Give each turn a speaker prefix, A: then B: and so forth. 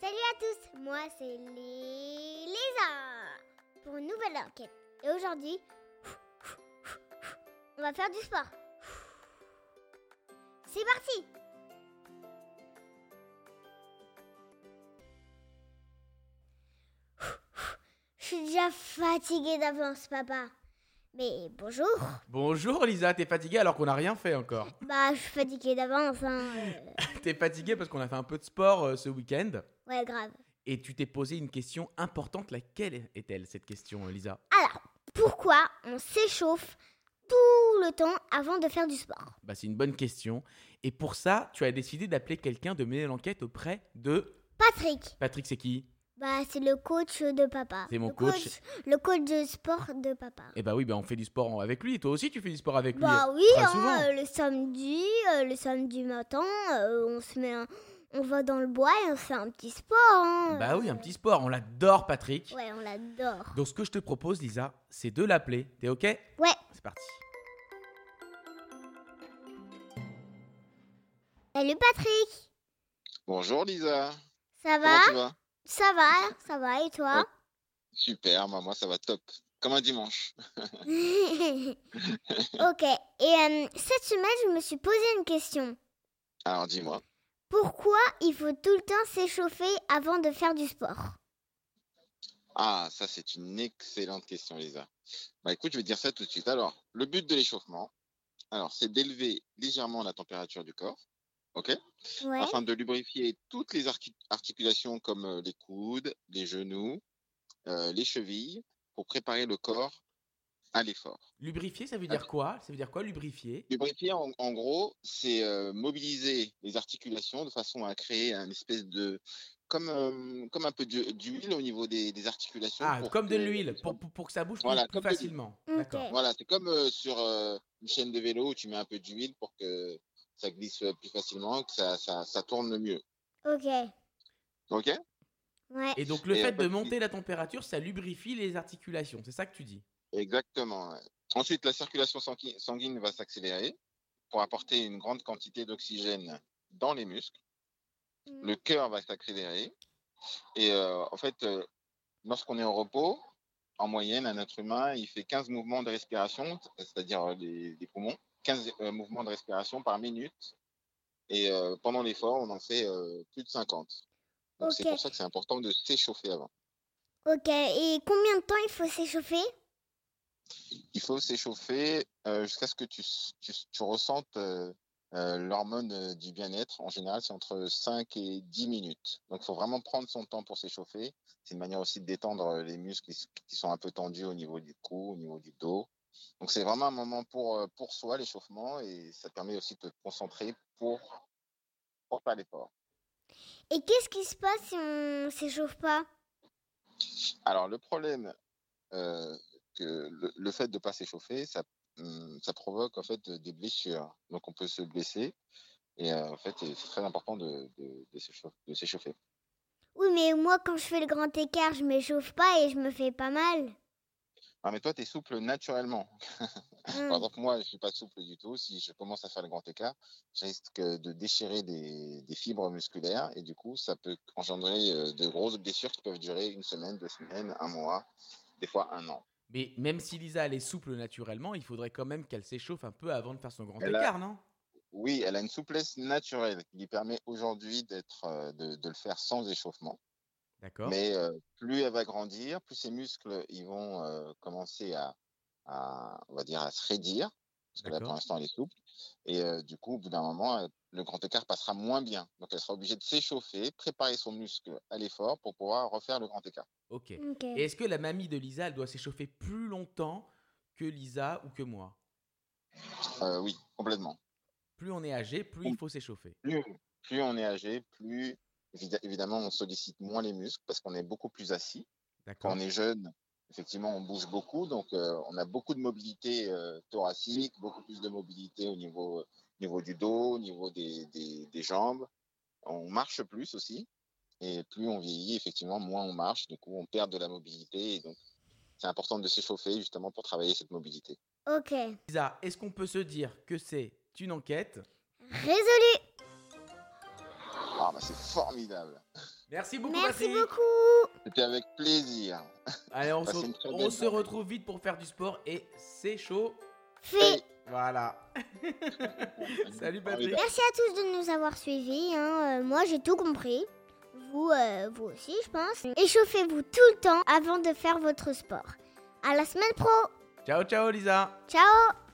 A: Salut à tous, moi c'est Lisa pour une nouvelle enquête. Et aujourd'hui, on va faire du sport. C'est parti Je suis déjà fatiguée d'avance, papa. Mais bonjour
B: Bonjour Lisa, t'es fatiguée alors qu'on n'a rien fait encore.
A: Bah, je suis fatiguée d'avance, hein. euh,
B: T'es fatiguée parce qu'on a fait un peu de sport euh, ce week-end
A: Ouais, grave.
B: et tu t'es posé une question importante. Laquelle est-elle cette question, euh, Lisa
A: Alors, pourquoi on s'échauffe tout le temps avant de faire du sport
B: Bah c'est une bonne question. Et pour ça, tu as décidé d'appeler quelqu'un de mener l'enquête auprès de
A: Patrick,
B: Patrick. C'est qui
A: bah, c'est le coach de papa.
B: C'est mon
A: le
B: coach.
A: Le coach de sport de papa.
B: Eh bah oui, bah on fait du sport avec lui. Toi aussi, tu fais du sport avec lui.
A: Bah oui,
B: très
A: hein,
B: souvent.
A: euh, le samedi, euh, le samedi matin, euh, on se met un- On va dans le bois et on fait un petit sport. hein.
B: Bah oui, un petit sport. On l'adore, Patrick.
A: Ouais, on l'adore.
B: Donc ce que je te propose, Lisa, c'est de l'appeler. T'es ok
A: Ouais.
B: C'est parti.
A: Salut Patrick,
C: Bonjour Lisa,
A: ça
C: comment
A: va
C: tu vas?
A: Ça va, ça va et toi
C: Super, bah moi ça va top, comme un dimanche.
A: Ok, et euh, cette semaine, je me suis posé une question.
C: Alors dis-moi,
A: Pourquoi il faut tout le temps s'échauffer avant de faire du sport
C: ah ça c'est une excellente question Lisa. Bah écoute, je vais te dire ça tout de suite. Alors, le but de l'échauffement, alors c'est d'élever légèrement la température du corps, ok?
A: Ouais,
C: Afin de lubrifier toutes les arti- articulations comme euh, les coudes, les genoux, euh, les chevilles, pour préparer le corps à l'effort.
B: Lubrifier, ça veut dire quoi Ça veut dire quoi lubrifier
C: Lubrifier, en, en gros, c'est euh, mobiliser les articulations de façon à créer un espèce de. comme, euh, comme un peu d'hu- d'huile au niveau des, des articulations.
B: Ah,
C: pour
B: comme de
C: que-
B: l'huile, pour, pour, pour que ça bouge plus-
C: Voilà,
B: plus,
C: comme de l'huile.
B: facilement.
A: Ok.
B: D'accord.
C: Voilà, c'est comme euh, sur euh, une chaîne de vélo où tu mets un peu d'huile pour que ça glisse euh, plus facilement, que ça, ça, ça tourne le mieux.
A: ok,
C: OK
A: ouais.
B: Et donc le
C: Et bah,
B: fait
C: pas
B: de
C: de-
B: monter la température, ça lubrifie les articulations, c'est ça que tu dis
C: Exactement. ouais. Ensuite, la circulation sangui- sanguine va s'accélérer pour apporter une grande quantité d'oxygène dans les muscles.
A: Mm.
C: le cœur va s'accélérer. Et euh, en fait, euh, lorsqu'on est au repos, en moyenne, un être humain, il fait 15 mouvements de respiration, c'est-à-dire euh, les, les poumons, 15 euh, mouvements de respiration par minute. Et euh, pendant l'effort, on en fait euh, plus de 50. Donc c'est
A: Ok.
C: pour ça que c'est important de s'échauffer avant.
A: Ok, et combien de temps il faut s'échauffer
C: Il faut s'échauffer euh, jusqu'à ce que tu, s- tu, s- tu ressentes euh, euh, l'hormone euh, du bien-être. En général, c'est entre 5 et 10 minutes. Donc, il faut vraiment prendre son temps pour s'échauffer. C'est une manière aussi de détendre euh, les muscles qui, s- qui sont un peu tendus au niveau du cou, au niveau du dos. Donc, c'est vraiment un moment pour, euh, pour soi, l'échauffement, et ça te permet aussi de te concentrer pour, pour faire l'effort.
A: Et qu'est-ce qui se passe si on s'échauffe pas
C: Alors, le problème, euh, que le, le fait de ne pas s'échauffer, ça, hum, ça provoque en fait des blessures. Donc, on peut se blesser. Et euh, en fait, c'est très important de, de- de s'échauffer- de s'échauffer.
A: Oui, mais moi, quand je fais le grand écart, je m'échauffe pas et je me fais pas mal.
C: Ah, mais toi, tu es souple naturellement. Par
A: Hein.
C: exemple, moi, je ne suis pas souple du tout. Si je commence à faire le grand écart, je risque de déchirer des, des fibres musculaires. Et du coup, ça peut engendrer euh, de grosses blessures qui peuvent durer une semaine, deux semaines, un mois, des fois un an.
B: Mais même si Lisa, elle est souple naturellement, il faudrait quand même qu'elle s'échauffe un peu avant de faire son grand
C: Elle a-
B: écart, non
C: Oui, elle a une souplesse naturelle qui lui permet aujourd'hui d'être, euh, de, de le faire sans échauffement.
B: D'accord.
C: Mais euh, plus elle va grandir, plus ses muscles ils vont euh, commencer à, à, on va dire, à se raidir. Parce que là, pour
B: D'accord.
C: l'instant, elle est souple. Et euh, du coup, au bout d'un moment, euh, le grand écart passera moins bien. Donc, elle sera obligée de s'échauffer, préparer son muscle à l'effort pour pouvoir refaire le grand écart.
B: Ok. Et
A: Hmm. Ok.
B: est-ce que la mamie de Lisa, elle doit s'échauffer plus longtemps que Lisa ou que moi
C: Euh, oui, complètement.
B: Plus on est âgé, plus il faut s'échauffer.
C: Plus, plus on est âgé, plus évi- évidemment, on sollicite moins les muscles parce qu'on est beaucoup plus assis. quand
B: D'accord.
C: on est jeune, effectivement, on bouge beaucoup, donc euh, on a beaucoup de mobilité euh, thoracique, beaucoup plus de mobilité au niveau, euh, niveau du dos, au niveau des, des- des jambes. On marche plus aussi, et plus on vieillit, effectivement, moins on marche, du coup, on perd de la mobilité, et donc c'est important de s'échauffer justement pour travailler cette mobilité.
A: Ok.
B: Lisa, est-ce qu'on peut se dire que c'est une enquête
A: Résolu.
C: Ah, bah, c'est formidable!
B: Merci beaucoup,
A: Merci
B: Patrick.
A: beaucoup.
C: C'était avec plaisir.
B: Allez, on, se,
C: Passez une très
B: on
C: belle
B: se
C: journée.
B: retrouve vite pour faire du sport et c'est chaud.
A: Fais.
B: Voilà. Salut, Patrick.
A: Merci à tous de nous avoir suivis. hein. Euh, moi, j'ai tout compris. Vous, euh, vous aussi, je pense. Échauffez-vous tout le temps avant de faire votre sport. À la semaine pro.
B: Ciao, ciao, Lisa.
A: Ciao.